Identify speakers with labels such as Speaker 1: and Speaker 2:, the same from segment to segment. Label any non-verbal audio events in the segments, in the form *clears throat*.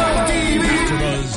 Speaker 1: AfterBuzz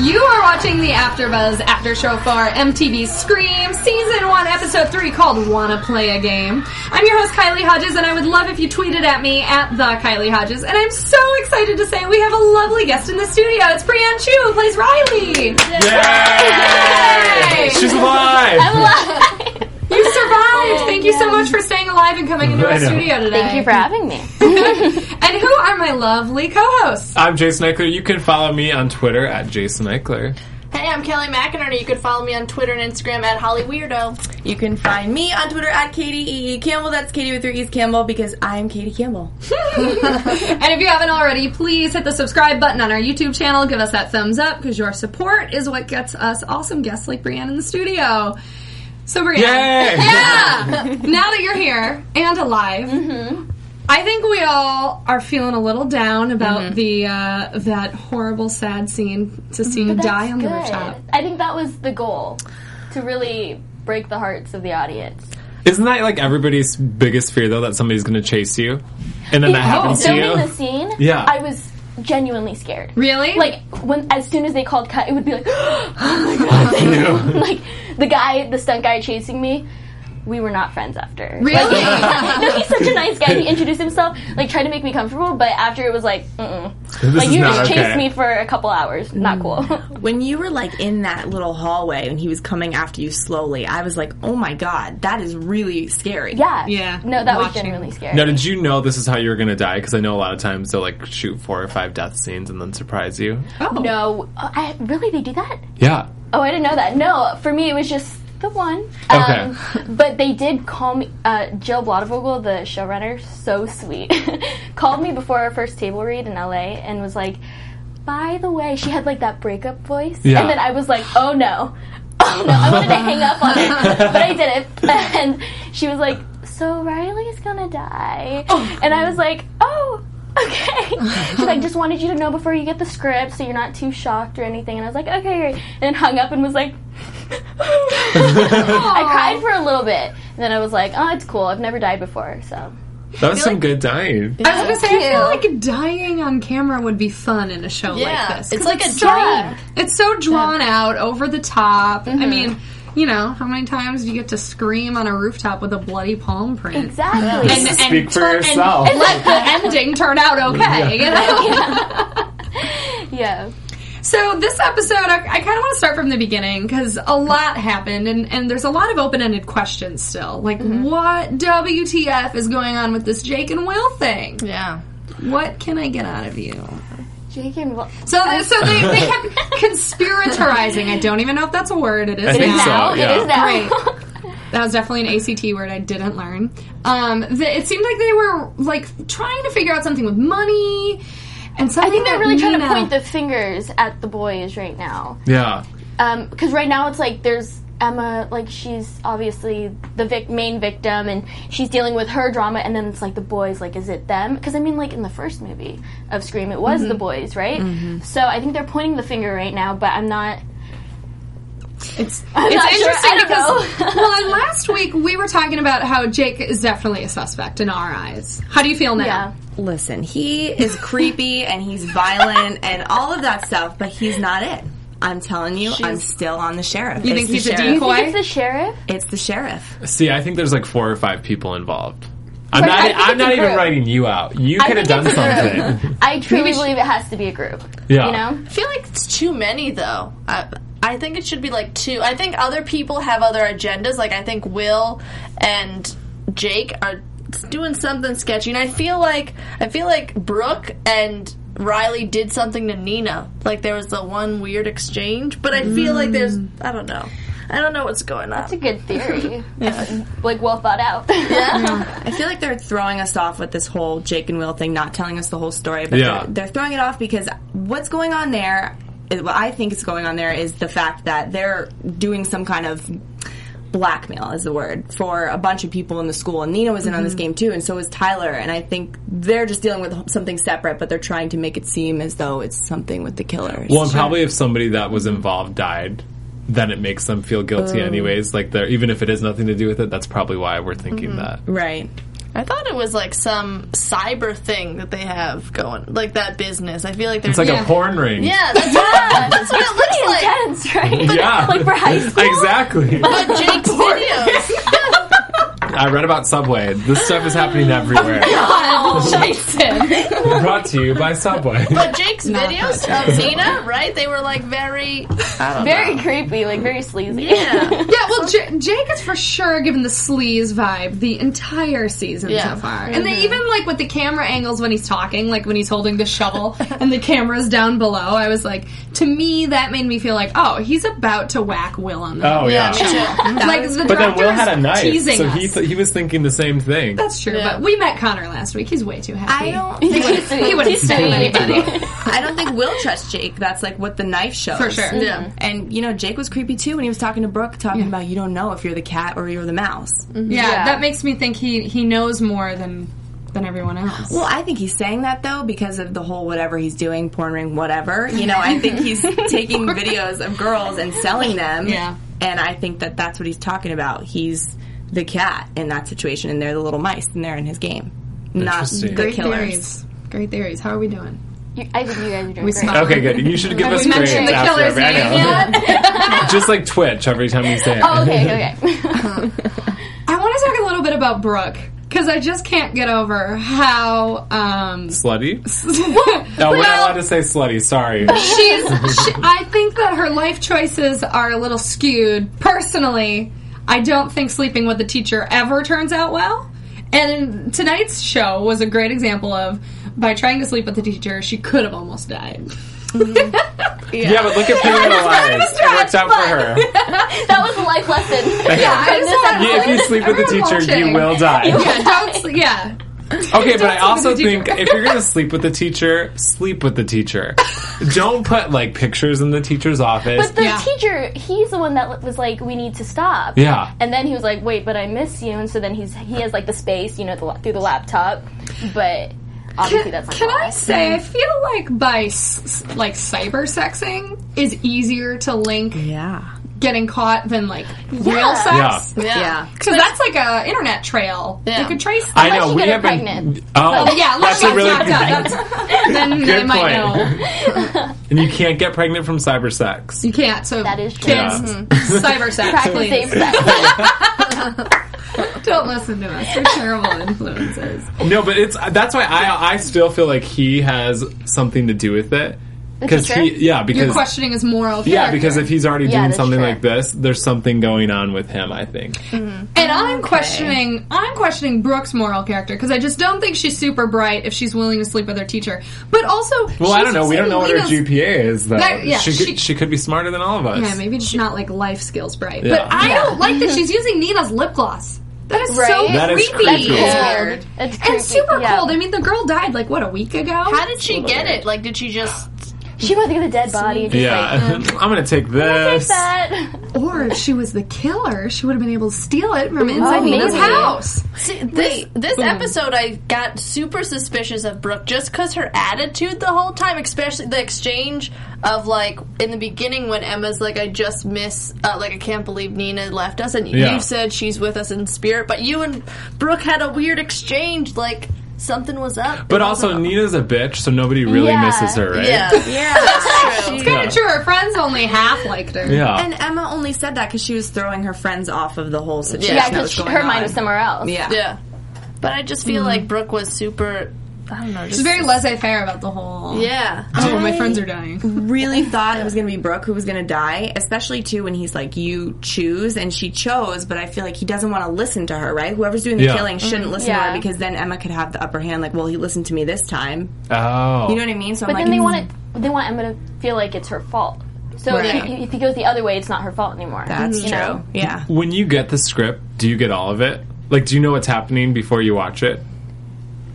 Speaker 2: You are watching the AfterBuzz After Show for MTV Scream Season One, Episode Three, called "Wanna Play a Game." I'm your host Kylie Hodges, and I would love if you tweeted at me at the Kylie Hodges. And I'm so excited to say we have a lovely guest in the studio. It's Brianne Chu, who plays Riley. Yay!
Speaker 3: She's alive!
Speaker 2: You survived. Thank you so much for staying alive and coming into
Speaker 3: I
Speaker 2: our
Speaker 3: know.
Speaker 2: studio today.
Speaker 4: Thank you for having me.
Speaker 2: *laughs* And who are my lovely co-hosts?
Speaker 3: I'm Jason Eichler. You can follow me on Twitter at Jason Eichler.
Speaker 5: Hey, I'm Kelly McInerney. You can follow me on Twitter and Instagram at Holly Weirdo.
Speaker 6: You can find me on Twitter at Katie E. E. Campbell. That's Katie with three E's Campbell because I'm Katie Campbell.
Speaker 2: And if you haven't already, please hit the subscribe button on our YouTube channel. Give us that thumbs up because your support is what gets us awesome guests like Brianne in the studio. So, Brianne,
Speaker 3: Yay!
Speaker 2: yeah, now that you're here and alive, I think we all are feeling a little down about the uh, that horrible, sad scene to see you
Speaker 4: But
Speaker 2: die
Speaker 4: that's
Speaker 2: on the
Speaker 4: good.
Speaker 2: rooftop.
Speaker 4: I think that was the goal to really break the hearts of the audience.
Speaker 3: Isn't that like everybody's biggest fear though that somebody's going to chase you, and then that
Speaker 4: Oh,
Speaker 3: happens to
Speaker 4: filming the
Speaker 3: you?
Speaker 4: scene,
Speaker 3: Yeah.
Speaker 4: I was genuinely scared.
Speaker 2: Really?
Speaker 4: Like when as soon as they called cut, it would be like, *gasps* oh
Speaker 3: *laughs*
Speaker 4: my god! *laughs* like the guy, the stunt guy chasing me. We were not friends after. *laughs*
Speaker 2: Really?
Speaker 4: no, he's such a nice guy. He introduced himself, like tried to make me comfortable, but after it was like, mm.
Speaker 3: This
Speaker 4: like
Speaker 3: is
Speaker 4: you
Speaker 3: not
Speaker 4: just
Speaker 3: okay.
Speaker 4: chased me for a couple hours.
Speaker 2: Mm.
Speaker 4: Not cool. *laughs*
Speaker 6: When you were like in that little hallway and he was coming after you slowly, I was like, oh my god, that is really scary.
Speaker 4: Yeah.
Speaker 2: Yeah,
Speaker 4: No, that was
Speaker 2: watching.
Speaker 4: genuinely scary.
Speaker 3: Now, did you know this is how you were going to die? Because I know a lot of times they'll like shoot four or five death scenes and then surprise you.
Speaker 2: Oh.
Speaker 4: no. Uh, I really they do that?
Speaker 3: Yeah.
Speaker 4: Oh, I didn't know that. No, for me it was just the one. Um,
Speaker 3: Okay.
Speaker 4: *laughs* but they did call me uh, Jill Bladevogel, the showrunner, so sweet. *laughs* called me before our first table read in LA and was like, "By the way, she had like that breakup voice."
Speaker 3: Yeah.
Speaker 4: And then I was like, "Oh no." *laughs* Oh no, I wanted to hang up on it, but I didn't. *laughs* And she was like, "So Riley's gonna die," and I was like, "Oh, okay." She's like, "Just wanted you to know before you get the script, so you're not too shocked or anything." And I was like, "Okay," great." and then hung up and was like, "I cried for a little bit." And then I was like, "Oh, it's cool. I've never died before, so."
Speaker 3: That was some good dying.
Speaker 2: I was gonna say, I feel like dying on camera would be fun in a show like
Speaker 5: Yeah,
Speaker 2: this. 'Cause
Speaker 5: it's like a
Speaker 2: so-
Speaker 5: dream.
Speaker 2: It's so drawn out, over the top.
Speaker 4: Mm-hmm.
Speaker 2: I mean, you know, how many times do you get to scream on a rooftop with a bloody palm print?
Speaker 4: Exactly.
Speaker 2: And, and
Speaker 3: Speak for
Speaker 2: turn- and-
Speaker 3: yourself.
Speaker 2: And, let the ending turn out okay. You know?
Speaker 4: yeah.
Speaker 2: So this episode, I, I kind of want to start from the beginning because a lot happened, and, and there's a lot of open-ended questions still. Like,
Speaker 4: Mm-hmm.
Speaker 2: what WTF is going on with this Jake and Will thing?
Speaker 6: Yeah.
Speaker 2: What can I get out of you?
Speaker 4: Jake and Will.
Speaker 2: So, so they, they
Speaker 4: *laughs*
Speaker 2: kept conspiratorizing. I don't even know if that's a word. It is
Speaker 3: I think
Speaker 2: now.
Speaker 3: so.
Speaker 4: It
Speaker 3: yeah.
Speaker 4: is now.
Speaker 2: Great. That was definitely an ACT word I didn't learn. Um, the, it seemed like they were like trying to figure out something with money and something.
Speaker 4: *laughs* I think they're
Speaker 2: that
Speaker 4: really trying to
Speaker 2: Nina- *laughs*
Speaker 4: point the fingers at the boys right now.
Speaker 3: Yeah.
Speaker 4: because Um, right now it's like there's Emma, like she's obviously the vic- main victim, and she's dealing with her drama, and then it's like the boys, like is it them? Because I mean, like in the first movie of Scream, it was
Speaker 2: Mm-hmm.
Speaker 4: the boys, right? So I think they're pointing the finger right now, but I'm not. *laughs*
Speaker 2: It's,
Speaker 4: not
Speaker 2: it's
Speaker 4: sure.
Speaker 2: interesting
Speaker 4: I don't
Speaker 2: because *laughs*
Speaker 4: know.
Speaker 2: well, and last week we were talking about how Jake is definitely a suspect in our eyes. How do you feel now?
Speaker 4: Yeah,
Speaker 6: Listen, he is creepy *laughs* and he's violent and all of that stuff, but he's not it. I'm telling you, I'm still on the sheriff.
Speaker 2: You
Speaker 6: It's
Speaker 2: think
Speaker 6: the
Speaker 2: he's a
Speaker 6: sheriff.
Speaker 4: you think
Speaker 2: Why?
Speaker 4: it's the sheriff?
Speaker 6: It's the sheriff.
Speaker 3: See, I think there's like four or five people involved. I'm
Speaker 4: Right,
Speaker 3: not.
Speaker 4: I think
Speaker 3: I'm
Speaker 4: it's a
Speaker 3: not even
Speaker 4: group.
Speaker 3: writing you out. You
Speaker 4: I
Speaker 3: could have
Speaker 4: think
Speaker 3: done
Speaker 4: it's a group.
Speaker 3: something.
Speaker 4: I truly believe it has to be a group.
Speaker 3: Yeah.
Speaker 4: You know,
Speaker 5: I feel like it's too many, though. I, I think it should be like two. I think other people have other agendas. Like, I think Will and Jake are doing something sketchy, and I feel like I feel like Brooke and Riley did something to Nina. Like there was the one weird exchange, but I feel like there's I don't know. I don't know what's going on.
Speaker 4: That's a
Speaker 2: *laughs*
Speaker 4: good theory. Uh, Like well thought out. *laughs*
Speaker 6: I feel like they're throwing us off with this whole Jake and Will thing, not telling us the whole story. But
Speaker 3: Yeah.
Speaker 6: they're, they're throwing it off because what's going on there, is- what I think is going on there, is the fact that they're doing some kind of blackmail, is the word, for a bunch of people in the school. And Nina was in on
Speaker 2: Mm-hmm.
Speaker 6: this game too, and so was Tyler. And I think they're just dealing with something separate, but they're trying to make it seem as though it's something with the killers.
Speaker 3: Well, and probably if somebody that was involved died, then it makes them feel guilty,
Speaker 2: Oh.
Speaker 3: anyways. Like, they're- even if it has nothing to do with it, that's probably why we're thinking that.
Speaker 2: Mm-hmm.
Speaker 6: right.
Speaker 5: I thought it was like some cyber thing that they have going, like that business. I feel like
Speaker 3: It's
Speaker 5: there's
Speaker 3: like
Speaker 2: Yeah.
Speaker 3: a porn ring.
Speaker 5: yeah, that's, yeah, that's what it looks like.
Speaker 4: Intense,
Speaker 2: *laughs*
Speaker 3: *laughs*
Speaker 4: right?
Speaker 3: Yeah.
Speaker 4: Like for high school.
Speaker 3: Exactly.
Speaker 5: But Jake's videos.
Speaker 3: I read about Subway. This stuff
Speaker 2: *laughs*
Speaker 3: is happening
Speaker 2: Oh,
Speaker 3: everywhere.
Speaker 2: Jason.
Speaker 3: Brought to you by
Speaker 2: *laughs*
Speaker 3: Subway.
Speaker 5: But Jake's
Speaker 3: *laughs*
Speaker 5: videos of Nina, right? They were like very.
Speaker 4: Very creepy, like very sleazy.
Speaker 3: *laughs*
Speaker 5: Yeah.
Speaker 2: Yeah, well, J- Jake is for sure given the sleaze vibe the entire season
Speaker 5: Yeah.
Speaker 2: so far, and they even like with the camera angles when he's talking, like when he's holding the *laughs* shovel and the camera's down below. I was like, to me, that made me feel like, oh, he's about to whack Will on the
Speaker 3: Oh, yeah.
Speaker 2: *laughs* like the
Speaker 3: But then
Speaker 2: director's
Speaker 3: Will had a knife,
Speaker 2: teasing
Speaker 3: so
Speaker 2: us.
Speaker 3: he, th- he was thinking the same thing. *laughs*
Speaker 2: That's true,
Speaker 5: Yeah.
Speaker 2: but we met Connor last week. He's way too happy. *laughs*
Speaker 6: don't.
Speaker 4: He's sweet.
Speaker 2: he wouldn't
Speaker 4: He's
Speaker 2: stab
Speaker 4: sweet.
Speaker 2: anybody
Speaker 6: I don't think Will trusts Jake. That's like what the knife shows.
Speaker 2: for sure.
Speaker 5: Yeah.
Speaker 6: And you know, Jake was creepy too when he was talking to Brooke, talking about you don't know if you're the cat or you're the mouse.
Speaker 2: Yeah,
Speaker 4: Yeah.
Speaker 2: that makes me think he he knows more than than everyone else.
Speaker 6: Well, I think he's saying that though because of the whole whatever he's doing, porn ring, whatever. You know, I
Speaker 2: *laughs*
Speaker 6: think he's taking videos of girls and selling them.
Speaker 2: Yeah.
Speaker 6: And I think that that's what he's talking about. He's the cat in that situation, and they're the little mice, and they're in his game, not
Speaker 3: Interesting.
Speaker 6: the
Speaker 2: Great
Speaker 6: killers.
Speaker 2: theories. Great theories. How are we doing?
Speaker 4: You- *laughs* I think you guys are doing
Speaker 2: We
Speaker 4: great.
Speaker 2: smile.
Speaker 3: Okay, good. You should give us
Speaker 2: we
Speaker 3: grades
Speaker 2: mentioned the
Speaker 3: after
Speaker 2: killer's
Speaker 3: every. I
Speaker 2: name
Speaker 3: know. *laughs* Just like Twitch, every time you say it.
Speaker 4: Oh, okay,
Speaker 2: *laughs*
Speaker 4: *laughs* okay.
Speaker 2: I want to talk a little bit about Brooke because I just can't get over how um *laughs*
Speaker 3: *laughs* Slutty? No, we're not allowed to say
Speaker 2: *laughs*
Speaker 3: slutty. Sorry.
Speaker 2: she's. She, I think that her life choices are a little skewed. Personally, I don't think sleeping with the teacher ever turns out well. And tonight's show was a great example of by trying to sleep with the teacher, she could have almost died.
Speaker 3: Yeah, but look at Pamela Elias. It worked out for her.
Speaker 4: that was a
Speaker 2: *laughs*
Speaker 4: life lesson.
Speaker 2: Yeah, I just thought-
Speaker 3: Yeah, if you sleep with the
Speaker 2: Everyone
Speaker 3: teacher, you
Speaker 2: watching.
Speaker 3: will die.
Speaker 2: Yeah, don't. sl- Yeah,
Speaker 3: Okay, but
Speaker 2: Don't
Speaker 3: I
Speaker 2: sleep
Speaker 3: also
Speaker 2: with the
Speaker 3: think
Speaker 2: teacher.
Speaker 3: if you're gonna sleep with the teacher, sleep with the teacher. Don't put like pictures in the teacher's office.
Speaker 4: But the
Speaker 2: Yeah.
Speaker 4: teacher, he's the one that was like, "We need to stop."
Speaker 3: Yeah.
Speaker 4: And then he was like, "Wait, but I miss you." And so then he's he has like the space, you know, the, through the laptop. But obviously, that's not
Speaker 2: Can I
Speaker 4: life.
Speaker 2: say I feel like by s- s- like cyber sexing is easier to link
Speaker 6: Yeah.
Speaker 2: getting caught than like real
Speaker 4: Yeah.
Speaker 3: yeah.
Speaker 2: sex
Speaker 5: Yeah.
Speaker 6: Yeah.
Speaker 2: because that's like a internet trail. You could trace.
Speaker 3: I
Speaker 4: Unless
Speaker 3: know
Speaker 4: you
Speaker 3: we
Speaker 4: get her
Speaker 3: have been.
Speaker 4: pregnant.
Speaker 3: Oh,
Speaker 2: Yeah, let's
Speaker 3: that's a
Speaker 2: get
Speaker 3: really
Speaker 2: knocked out. That's, *laughs* then they
Speaker 3: good
Speaker 2: might
Speaker 3: point.
Speaker 2: know.
Speaker 3: And you can't get pregnant from cyber sex.
Speaker 2: You can't. So
Speaker 4: That is true.
Speaker 3: Yeah.
Speaker 2: kids, cyber sex,
Speaker 4: Practice safe
Speaker 2: please.
Speaker 4: sex.
Speaker 2: Don't listen to us. We're terrible influences.
Speaker 3: No, but it's that's why I I still feel like he has something to do with it because
Speaker 4: teacher?
Speaker 3: he yeah
Speaker 2: You're
Speaker 3: because
Speaker 2: questioning his moral.
Speaker 3: yeah
Speaker 2: character.
Speaker 3: because if he's already
Speaker 4: Yeah,
Speaker 3: doing
Speaker 4: that's
Speaker 3: something
Speaker 4: true.
Speaker 3: like this, there's something going on with him. I think.
Speaker 2: And I'm questioning, I'm questioning Brooke's moral character because I just don't think she's super bright if she's willing to sleep with her teacher. But also,
Speaker 3: Well, I
Speaker 2: she's
Speaker 3: don't know. We don't know what her
Speaker 2: Selena's-
Speaker 3: GPA is though.
Speaker 2: That- yeah,
Speaker 3: she, could-
Speaker 2: she-
Speaker 3: she could be smarter than all of us.
Speaker 2: Yeah, maybe just not like life skills bright.
Speaker 3: Yeah.
Speaker 2: But I don't like that she's using Nina's lip gloss. That is so
Speaker 4: Mm-hmm. Right?
Speaker 3: That is
Speaker 2: creepy.
Speaker 3: creepy.
Speaker 2: It's
Speaker 3: Yeah.
Speaker 2: weird.
Speaker 4: It's creepy.
Speaker 2: And super
Speaker 4: yeah.
Speaker 2: cold. I mean, the girl died like what a week ago.
Speaker 5: How did she get it? Like, did she just?
Speaker 4: She went through the dead body. Just
Speaker 3: Yeah. *laughs* I'm gonna take
Speaker 4: Like,
Speaker 3: this.
Speaker 4: Take that. *laughs*
Speaker 2: or if she was the killer, she would have been able to steal it from inside
Speaker 4: Oh,
Speaker 2: Nina's
Speaker 4: maybe.
Speaker 2: house.
Speaker 5: See, this this
Speaker 3: Hmm.
Speaker 5: episode, I got super suspicious of Brooke just because her attitude the whole time, especially the exchange of like in the beginning when Emma's like, "I just miss, uh, like I can't believe Nina left us," and
Speaker 3: Yeah.
Speaker 5: you said she's with us in spirit, but you and Brooke had a weird exchange, like something was up.
Speaker 3: But
Speaker 5: It
Speaker 3: also,
Speaker 5: wasn't up.
Speaker 3: Nina's a bitch, so nobody really
Speaker 4: Yeah.
Speaker 3: misses her, right?
Speaker 5: yeah, yeah, *laughs*
Speaker 2: *laughs*
Speaker 5: that's true.
Speaker 2: It's kind of true. Her friends only half liked her.
Speaker 3: Yeah.
Speaker 6: And Emma only said that because she was throwing her friends off of the whole situation.
Speaker 4: Yeah,
Speaker 6: that
Speaker 4: because
Speaker 6: was going
Speaker 4: her
Speaker 6: on.
Speaker 4: mind was somewhere else.
Speaker 6: Yeah.
Speaker 3: Hmm.
Speaker 5: Yeah. But I just feel like Brooke was super I don't know.
Speaker 2: She's
Speaker 5: Just,
Speaker 2: very laissez faire about the whole.
Speaker 5: yeah.
Speaker 2: Oh, my friends are dying.
Speaker 4: *laughs*
Speaker 6: really thought it was going to be Brooke who was going to die, especially too when he's like, "You choose," and she chose. But I feel like he doesn't want to listen to her, right? Whoever's doing the
Speaker 3: Yeah.
Speaker 6: killing shouldn't listen to
Speaker 4: Mm-hmm. yeah.
Speaker 6: her because then Emma could have the upper hand. Like, well, he listened to me this time.
Speaker 3: Oh,
Speaker 6: You know what I mean? So
Speaker 4: But
Speaker 6: I'm
Speaker 4: then
Speaker 6: like,
Speaker 4: they want it. They want Emma to feel like it's her fault. So
Speaker 6: Right.
Speaker 4: if, if he goes the other way, it's not her fault anymore.
Speaker 6: "Mm, That's
Speaker 4: you
Speaker 6: true.
Speaker 4: know?
Speaker 6: Yeah.
Speaker 3: when you get the script, do you get all of it? Like, do you know what's happening before you watch it?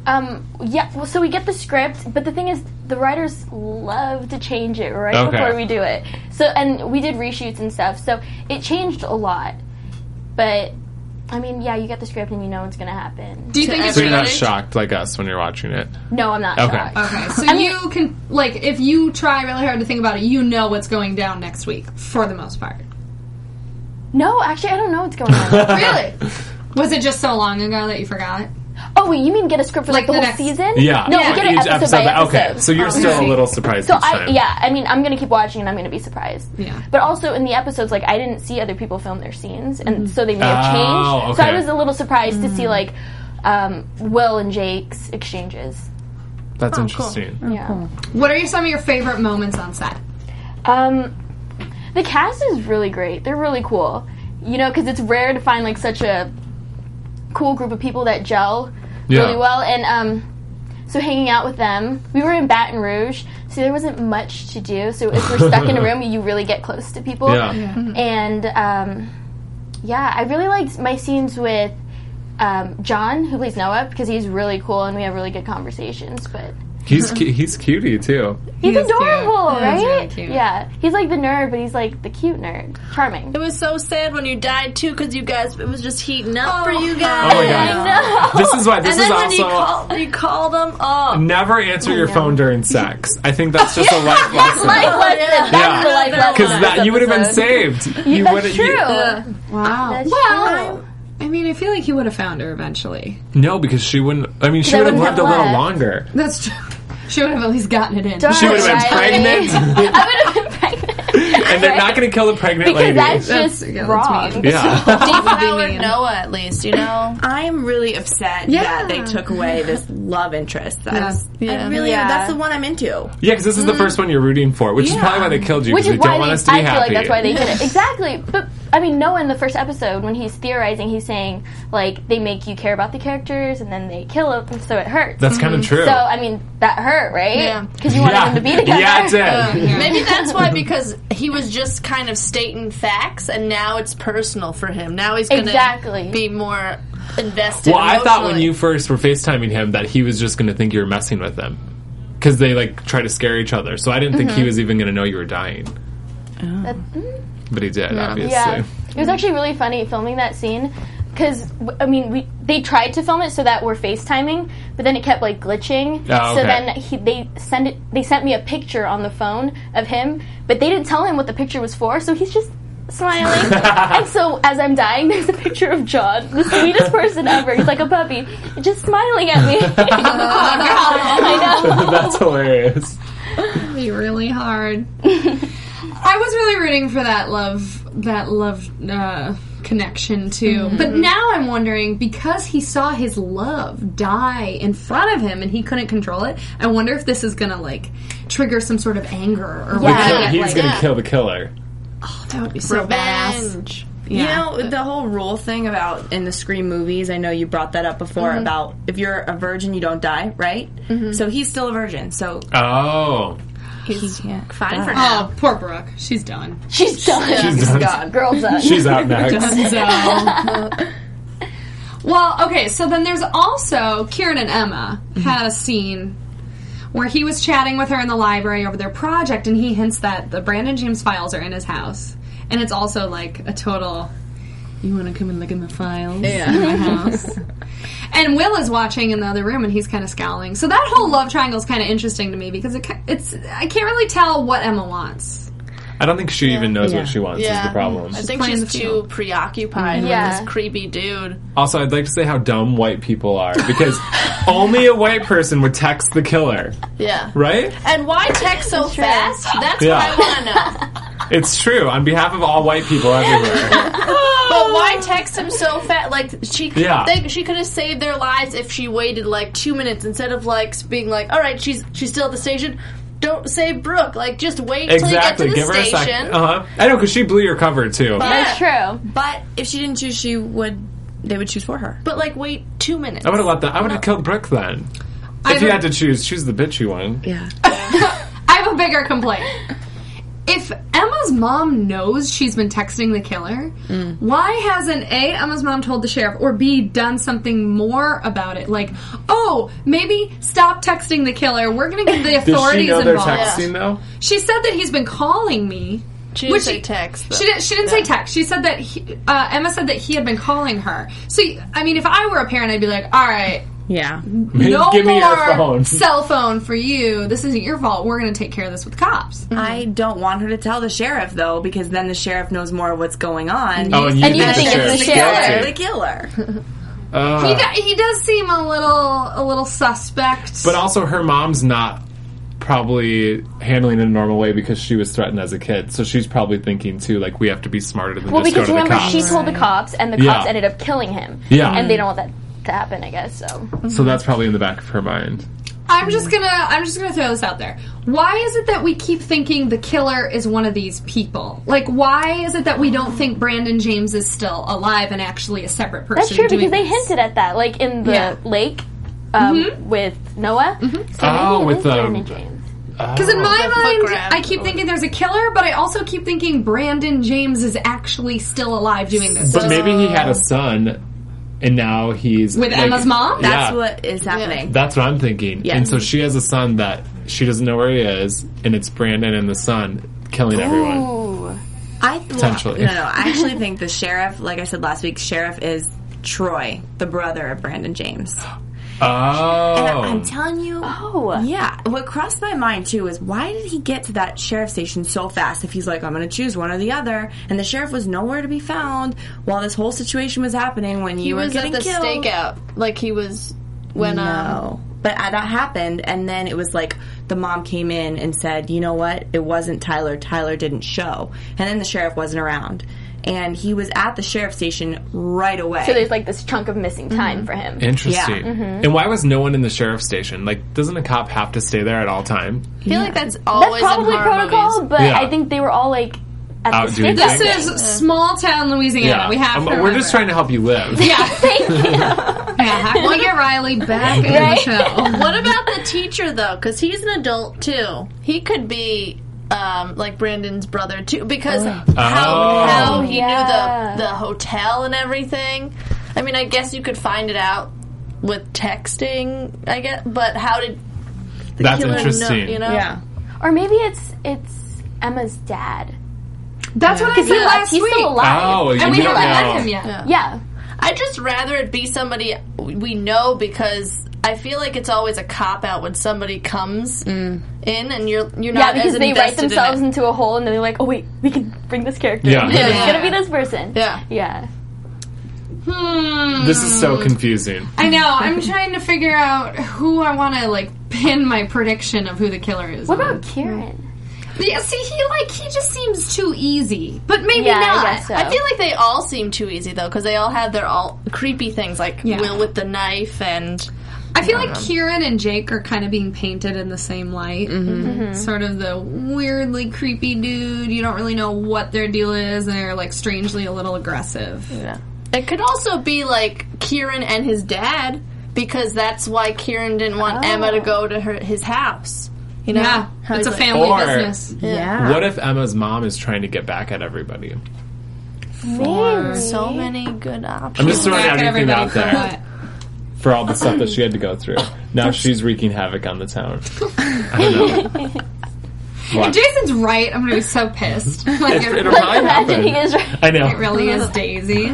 Speaker 4: Um, yeah. Well, so we get the script, but the thing is, the writers love to change it right
Speaker 3: Okay.
Speaker 4: before we do it. So, and we did reshoots and stuff, so it changed a lot. But, I mean, yeah, you get the script and you know what's gonna happen.
Speaker 2: Do you think it's
Speaker 3: So you're not
Speaker 2: really-
Speaker 3: shocked like us when you're watching it.
Speaker 4: No, I'm not.
Speaker 3: Okay.
Speaker 4: shocked.
Speaker 2: Okay, so
Speaker 4: I mean-
Speaker 2: you can like if you try really hard to think about it, you know what's going down next week for the most part.
Speaker 4: No, actually, I don't know what's going
Speaker 2: *laughs*
Speaker 4: on.
Speaker 3: *laughs*
Speaker 2: Really? Was it just so long ago that you forgot?
Speaker 4: oh wait, you mean get a script for
Speaker 2: Like
Speaker 4: like,
Speaker 2: the
Speaker 4: the,
Speaker 2: next-
Speaker 4: whole season?
Speaker 3: Yeah.
Speaker 4: No,
Speaker 2: Yeah.
Speaker 4: we get it
Speaker 3: Each
Speaker 4: episode, by
Speaker 3: by-
Speaker 4: episode.
Speaker 3: Okay, so you're still a little surprised
Speaker 4: So
Speaker 3: each
Speaker 4: I
Speaker 3: time.
Speaker 4: yeah, I mean I'm gonna keep watching and I'm gonna be surprised.
Speaker 2: Yeah.
Speaker 4: But also in the episodes, like I didn't see other people film their scenes, and so they may have
Speaker 3: Oh,
Speaker 4: changed. So I
Speaker 3: okay.
Speaker 4: was a little surprised to see like um, Will and Jake's exchanges.
Speaker 3: That's interesting.
Speaker 4: Yeah.
Speaker 2: What are your- some of your favorite moments on set?
Speaker 4: Um, the cast is really great. They're really cool. You know, because it's rare to find like such a cool group of people that gel
Speaker 3: Yeah.
Speaker 4: really well. And um, so hanging out with them, we were in Baton Rouge, so there wasn't much to do. So if we're stuck in a
Speaker 3: *laughs*
Speaker 4: room, you really get close to people.
Speaker 3: Yeah. Yeah.
Speaker 4: And um, yeah, I really liked my scenes with um, John, who plays Noah, because he's really cool and we have really good conversations. But
Speaker 3: He's cu- he's cutie too.
Speaker 4: He's
Speaker 2: He is cute.
Speaker 4: adorable,
Speaker 2: He
Speaker 4: right?
Speaker 2: is really cute.
Speaker 4: Yeah, he's like the nerd, but he's like the cute nerd, charming.
Speaker 5: It was so sad when you died too, because you guys it was just heating up for you guys.
Speaker 3: Oh my god. This is why this
Speaker 5: And then
Speaker 3: is
Speaker 5: when you
Speaker 3: also
Speaker 5: call, you call them up.
Speaker 3: never answer your phone during sex. I think that's
Speaker 4: *laughs*
Speaker 3: just a life lesson.
Speaker 4: Life
Speaker 5: Oh,
Speaker 4: lesson. That's the life lesson.
Speaker 3: Because
Speaker 4: of
Speaker 3: that
Speaker 4: this
Speaker 3: you would have been
Speaker 4: episode.
Speaker 3: saved. You
Speaker 4: That's
Speaker 3: would've-
Speaker 4: true.
Speaker 3: you-
Speaker 2: Wow.
Speaker 4: That's
Speaker 2: Uh, well,
Speaker 4: true.
Speaker 2: I mean, I feel like he would have found her eventually.
Speaker 3: no, because she wouldn't. I mean, she
Speaker 4: They
Speaker 3: would have
Speaker 4: wouldn't
Speaker 3: lived a
Speaker 4: have
Speaker 3: little
Speaker 4: left.
Speaker 3: longer.
Speaker 2: That's true. *laughs* She would have at least gotten it in.
Speaker 4: Darn,
Speaker 3: She would have been
Speaker 4: right? *laughs*
Speaker 3: pregnant,
Speaker 4: I would have
Speaker 3: *laughs*
Speaker 4: been pregnant.
Speaker 3: and they're not going to kill the pregnant
Speaker 4: because
Speaker 3: lady.
Speaker 4: that's
Speaker 2: That's-
Speaker 4: just
Speaker 2: yeah, that's
Speaker 4: wrong.
Speaker 2: mean.
Speaker 3: yeah.
Speaker 5: Depower
Speaker 2: mean.
Speaker 5: Noah, at least you know.
Speaker 3: Uh-huh.
Speaker 6: I'm really upset that they took away this love interest. That's, I
Speaker 5: Yeah.
Speaker 6: really
Speaker 4: Yeah.
Speaker 6: that's the one I'm into.
Speaker 3: Yeah, because this is the first one you're rooting for, which is
Speaker 6: Yeah.
Speaker 3: probably why they killed you.
Speaker 4: Mm. Which
Speaker 3: Because
Speaker 4: is
Speaker 3: they don't
Speaker 4: why
Speaker 3: want us
Speaker 4: they,
Speaker 3: to be
Speaker 4: I feel
Speaker 3: happy.
Speaker 4: like that's why they did
Speaker 3: *laughs*
Speaker 4: it. Exactly. But, I mean, Noah in the first episode, when he's theorizing, he's saying, like, they make you care about the characters and then they kill them, so it hurts.
Speaker 3: That's kind of true.
Speaker 4: Mm. So, I mean, that hurt, right?
Speaker 5: Yeah.
Speaker 4: Because you wanted
Speaker 3: yeah.
Speaker 4: them to be together. Um,
Speaker 3: Yeah, it did.
Speaker 5: Maybe that's why because he was just kind of stating facts, and now it's personal for him. Now he's gonna
Speaker 4: Exactly.
Speaker 5: be more invested.
Speaker 3: Well, I thought when
Speaker 5: emotionally.
Speaker 3: you first were FaceTiming him that he was just going to think you were messing with him. Because they, like, try to scare each other. So I didn't think he was even going to know you were dying.
Speaker 4: That- mm,
Speaker 3: But he did, obviously.
Speaker 4: yeah. It was actually really funny filming that scene. Because, I mean, we they tried to film it so that we're FaceTiming, but then it kept, like, glitching.
Speaker 3: Oh,
Speaker 4: So
Speaker 3: okay.
Speaker 4: then he, they send it, they sent me a picture on the phone of him, but they didn't tell him what the picture was for, so he's just
Speaker 3: *laughs*
Speaker 4: smiling. and so as I'm dying, there's a picture of John, the sweetest person ever. He's like a puppy, just smiling at
Speaker 3: *laughs*
Speaker 4: me. *laughs* "Oh, I
Speaker 3: *laughs*
Speaker 4: know.
Speaker 3: That's hilarious.
Speaker 2: be really hard. I was really rooting for that love, that love uh, connection too. But now I'm wondering because he saw his love die in front of him and he couldn't control it. I wonder if this is gonna like trigger some sort of anger or
Speaker 4: Yeah.
Speaker 2: whatever.
Speaker 3: He's
Speaker 2: like,
Speaker 3: going to kill the killer.
Speaker 2: that would be so badass.
Speaker 5: Revenge.
Speaker 6: You know the whole rule thing about in the Scream movies. I know you brought that up before
Speaker 4: Mm-hmm.
Speaker 6: about if you're a virgin, you don't die, right? So he's still a virgin. So
Speaker 3: Oh.
Speaker 6: he's yeah.
Speaker 5: Fine for now.
Speaker 2: Oh, poor Brooke. She's done.
Speaker 4: She's done.
Speaker 3: She's, done.
Speaker 6: God.
Speaker 4: Girl's
Speaker 3: *laughs*
Speaker 4: up.
Speaker 3: She's out next.
Speaker 2: So. well, okay, so then there's also Kieran and Emma had a scene where he was chatting with her in the library over their project, and he hints that the Brandon James files are in his house. And it's also like a total, you want to come and look in the files in my house. and Will is watching in the other room, and he's kind of scowling. So that whole love triangle is kind of interesting to me because it, ki- it's I can't really tell what Emma wants.
Speaker 3: I don't think she even knows
Speaker 6: Yeah.
Speaker 3: what she wants is the problem.
Speaker 5: I think
Speaker 2: playing
Speaker 5: she's
Speaker 2: the
Speaker 5: too
Speaker 2: field.
Speaker 5: preoccupied
Speaker 4: Yeah.
Speaker 5: with this creepy dude.
Speaker 3: Also, I'd like to say how dumb white people are because only a white person would text the killer,
Speaker 5: Yeah.
Speaker 3: right?
Speaker 5: And why text so
Speaker 4: true.
Speaker 5: fast? That's
Speaker 3: Yeah.
Speaker 5: *laughs* what I want to know.
Speaker 3: It's true on behalf of all white people everywhere.
Speaker 5: But But why text him so fast? Like she,
Speaker 3: Yeah.
Speaker 5: they, she could have saved their lives if she waited like two minutes instead of like being like, "All right, she's she's still at the station." Don't say Brooke. Like just wait
Speaker 3: Exactly.
Speaker 5: till you
Speaker 3: Give
Speaker 5: get to
Speaker 3: her
Speaker 5: the
Speaker 3: a second.
Speaker 5: station.
Speaker 3: Uh huh. I know because she blew your cover too. I
Speaker 4: That's true.
Speaker 6: But if she didn't choose, she would. They would choose for her.
Speaker 5: But like wait two minutes.
Speaker 3: would have let that. I would have killed Brooke then. If you had to choose, choose the bitchy one.
Speaker 6: Yeah.
Speaker 2: I have a bigger complaint. If Emma's mom knows she's been texting the killer,
Speaker 5: Mm.
Speaker 2: why hasn't A, Emma's mom told the sheriff, or B, done something more about it? Like, oh, maybe stop texting the killer. We're going to get
Speaker 3: *laughs*
Speaker 2: the
Speaker 3: Did she
Speaker 2: authorities
Speaker 3: know they're
Speaker 2: involved.
Speaker 3: texting though?
Speaker 2: She said that he's been calling me.
Speaker 5: She didn't
Speaker 2: Which-
Speaker 5: say text.
Speaker 2: She, did, she didn't say text. She said that he, uh, Emma said that he had been calling her. So, I mean, if I were a parent, I'd be like, all right,
Speaker 6: Yeah.
Speaker 2: no
Speaker 3: Give
Speaker 2: more
Speaker 3: me your phone.
Speaker 2: cell phone for you. This isn't your fault. We're going to take care of this with the cops.
Speaker 6: I don't want her to tell the sheriff though, because then the sheriff knows more of what's going on.
Speaker 3: Oh, and you
Speaker 4: And you
Speaker 3: think,
Speaker 4: think
Speaker 3: the Uh,
Speaker 4: it's
Speaker 3: sheriff's
Speaker 4: the sheriff.
Speaker 6: The
Speaker 3: guilty.
Speaker 6: killer.
Speaker 3: Ugh.
Speaker 2: He, do- he does seem a little a little suspect.
Speaker 3: But also, her mom's not probably handling it in a normal way because she was threatened as a kid. So she's probably thinking too, like we have to be smarter than
Speaker 4: Well,
Speaker 3: just go
Speaker 4: because
Speaker 3: to the
Speaker 4: remember,
Speaker 3: cops.
Speaker 4: she told the cops, and the
Speaker 3: Yeah.
Speaker 4: cops ended up killing him.
Speaker 3: Yeah.
Speaker 4: And they don't want that to happen, I guess, so.
Speaker 3: so that's probably in the back of her mind.
Speaker 2: I'm just gonna I'm just gonna throw this out there. Why is it that we keep thinking the killer is one of these people? Like, why is it that we don't think Brandon James is still alive and actually a separate person?
Speaker 4: That's true,
Speaker 2: doing
Speaker 4: because they
Speaker 2: this?
Speaker 4: hinted at that, like in the
Speaker 2: Yeah.
Speaker 4: lake um, with Noah. So maybe
Speaker 3: Oh,
Speaker 4: it
Speaker 3: with,
Speaker 4: is Brandon
Speaker 3: um,
Speaker 4: James.
Speaker 2: Because in
Speaker 5: The foot
Speaker 2: my mind,
Speaker 5: grab.
Speaker 2: I keep thinking there's a killer, but I also keep thinking Brandon James is actually still alive doing this.
Speaker 3: But maybe he had a son, and now he's
Speaker 2: With Emma's mom?
Speaker 6: That's
Speaker 3: yeah.
Speaker 6: what is happening.
Speaker 3: That's what I'm thinking.
Speaker 6: Yeah.
Speaker 3: And so she has a son that she doesn't know where he is, and it's Brandon and the son killing everyone.
Speaker 6: I th-
Speaker 3: Potentially.
Speaker 6: No, no. I actually think the sheriff, like I said last week, sheriff is Troy, the brother of Brandon James. And I- I'm
Speaker 3: Oh.
Speaker 6: telling you.
Speaker 4: Oh.
Speaker 6: Yeah. What crossed my mind too is why did he get to that sheriff station so fast if he's like, I'm going to choose one or the other? And the sheriff was nowhere to be found while this whole situation was happening when
Speaker 5: he
Speaker 6: you were
Speaker 5: was at
Speaker 6: getting
Speaker 5: the
Speaker 6: killed.
Speaker 5: stakeout. Like he was when um,
Speaker 6: No. But uh, that happened, and then it was like the mom came in and said, "You know what? It wasn't Tyler. Tyler didn't show." And then the sheriff wasn't around, and he was at the sheriff station right away.
Speaker 4: So there's like this chunk of missing time for him.
Speaker 3: Interesting.
Speaker 6: Yeah.
Speaker 2: Mm-hmm.
Speaker 3: And why was no one in the sheriff's station? Like, doesn't a cop have to stay there at all time?
Speaker 5: I feel like that's
Speaker 4: That's
Speaker 5: always
Speaker 4: probably
Speaker 5: in horror
Speaker 4: protocol,
Speaker 5: movies.
Speaker 4: but
Speaker 3: Yeah.
Speaker 4: I think they were all like at
Speaker 3: Out
Speaker 4: the
Speaker 3: doing
Speaker 4: stage.
Speaker 3: things.
Speaker 2: this is small town Louisiana. We have.
Speaker 3: Um,
Speaker 2: to
Speaker 3: we're
Speaker 2: remember.
Speaker 3: just trying to help you
Speaker 2: *laughs*
Speaker 3: live.
Speaker 2: Yeah.
Speaker 4: Thank you.
Speaker 2: Yeah, how
Speaker 3: *laughs*
Speaker 2: can we get Riley back in
Speaker 4: Right?
Speaker 2: the show?
Speaker 5: What about the teacher though? Because he's an adult too. He could be um, like Brandon's brother too, because how
Speaker 3: Oh.
Speaker 5: how he
Speaker 4: Yeah.
Speaker 5: knew the the hotel and everything. I mean, I guess you could find it out with texting. I guess, but how did the
Speaker 3: That's
Speaker 5: killer
Speaker 3: interesting.
Speaker 5: Know, you know,
Speaker 6: yeah,
Speaker 4: or maybe it's it's Emma's dad.
Speaker 2: That's what I
Speaker 4: Because he
Speaker 2: said
Speaker 4: left.
Speaker 2: last
Speaker 4: He's
Speaker 2: week.
Speaker 4: still alive.
Speaker 3: Oh, you
Speaker 2: And we
Speaker 3: don't
Speaker 2: haven't met
Speaker 3: know.
Speaker 2: him yet.
Speaker 4: Yeah.
Speaker 5: I just rather it be somebody we know because I feel like it's always a cop out when somebody comes in and you're you're
Speaker 4: Mm. Yeah,
Speaker 5: not
Speaker 4: because
Speaker 5: as
Speaker 4: they write
Speaker 5: invested in
Speaker 4: themselves
Speaker 5: it.
Speaker 4: into a hole and then they're like, oh, wait, we can bring this character
Speaker 3: Yeah.
Speaker 4: in. It's
Speaker 5: Yeah.
Speaker 4: going to be this person.
Speaker 5: Yeah.
Speaker 4: Yeah.
Speaker 2: Hmm.
Speaker 3: This is so confusing.
Speaker 2: I know. I'm trying to figure out who I want to like pin my prediction of who the killer is.
Speaker 4: What
Speaker 2: on.
Speaker 4: about Kieran?
Speaker 2: Yeah, see, he like he just seems too easy, but maybe
Speaker 4: Yeah, I
Speaker 2: not.
Speaker 4: guess so.
Speaker 5: I feel like they all seem too easy though, because they all have their all creepy things like
Speaker 2: Yeah.
Speaker 5: Will with the knife and
Speaker 2: I feel like Kieran and Jake are kind of being painted in the same light. Sort of the weirdly creepy dude. You don't really know what their deal is, and they're like strangely a little aggressive.
Speaker 5: it could also be like Kieran and his dad because that's why Kieran didn't want Emma
Speaker 4: Oh.
Speaker 5: to go to her his house. You know,
Speaker 2: Yeah,
Speaker 5: How
Speaker 2: it's
Speaker 5: he's
Speaker 2: a
Speaker 5: like,
Speaker 2: family
Speaker 3: Or-
Speaker 2: business.
Speaker 6: yeah.
Speaker 3: What if Emma's mom is trying to get back at everybody?
Speaker 4: Maybe.
Speaker 5: So many good options.
Speaker 3: I'm just throwing
Speaker 2: Back at
Speaker 3: everything
Speaker 2: everybody
Speaker 3: out
Speaker 2: for *laughs*
Speaker 3: there.
Speaker 2: what?
Speaker 3: for all the stuff that she had to go through. Now she's wreaking havoc on the
Speaker 4: *laughs*
Speaker 3: town. I don't know. What?
Speaker 2: Jason's right. I'm gonna be so pissed. *laughs* Like,
Speaker 3: It-
Speaker 2: it,
Speaker 3: it'll probably
Speaker 4: Imagine he
Speaker 3: happen.
Speaker 4: is right.
Speaker 3: I know.
Speaker 2: really is Daisy.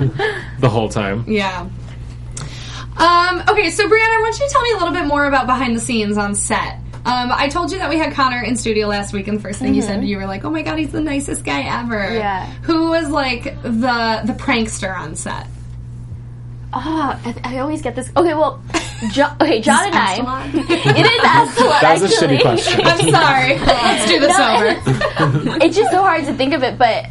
Speaker 3: the whole time.
Speaker 2: Yeah. Um, okay, so Brianna, I want you to tell me a little bit more about behind the scenes on set. Um, I told you that we had Connor in studio last week, and the first thing you said, you were like, "Oh my god, he's the nicest guy ever."
Speaker 4: Mm-hmm. Yeah.
Speaker 2: Who was like the the prankster on set?
Speaker 4: Ah, I, I always get this. Okay, well, *laughs* jo- okay, John and I.
Speaker 2: Absalom?
Speaker 4: *laughs* It is Aslan.
Speaker 3: That was a
Speaker 4: actually.
Speaker 3: shitty
Speaker 4: *laughs*
Speaker 3: question.
Speaker 2: *laughs* I'm sorry. *laughs* Let's do this
Speaker 4: No,
Speaker 2: over.
Speaker 4: it's just so hard to think of it, but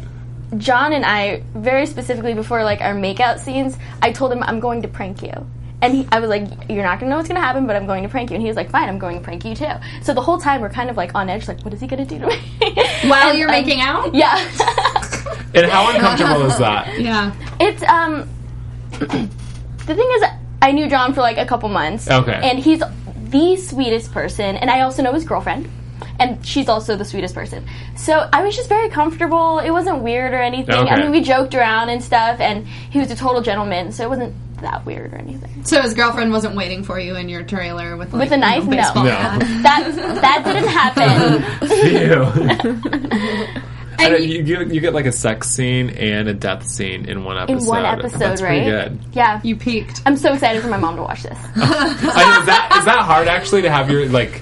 Speaker 4: John and I very specifically before like our makeout scenes, I told him I'm going to prank you. And he, I was like, "You're not gonna know what's gonna happen, but I'm going to prank you." And he was like, "Fine, I'm going to prank you too." So the whole time we're kind of like on edge, like, "What is he gonna do to me?"
Speaker 2: While
Speaker 4: And, *laughs*
Speaker 2: you're
Speaker 4: um,
Speaker 2: making out?
Speaker 4: yeah, *laughs*
Speaker 3: And how uncomfortable is that?
Speaker 2: Yeah.
Speaker 4: it's um, *clears throat* the thing is, I knew John for like a couple months,
Speaker 3: Okay.
Speaker 4: and he's the sweetest person, and I also know his girlfriend. And she's also the sweetest person. So I was just very comfortable. It wasn't weird or anything. I
Speaker 3: Okay.
Speaker 4: mean, we joked around and stuff, and he was a total gentleman, so it wasn't that weird or anything.
Speaker 2: So his girlfriend wasn't waiting for you in your trailer with like,
Speaker 4: With a knife?
Speaker 2: you know,
Speaker 4: No.
Speaker 2: baseball
Speaker 4: No.
Speaker 2: bat.
Speaker 3: *laughs*
Speaker 4: That that didn't happen.
Speaker 3: Ew.
Speaker 2: And
Speaker 3: And
Speaker 2: you-
Speaker 3: you, you, you get like a sex scene and a death scene in one episode.
Speaker 4: In one episode,
Speaker 3: That's pretty
Speaker 4: right?
Speaker 3: good.
Speaker 4: Yeah.
Speaker 2: you peeked.
Speaker 4: I'm so excited for my mom to watch this.
Speaker 3: I mean, is that is that hard actually to have your like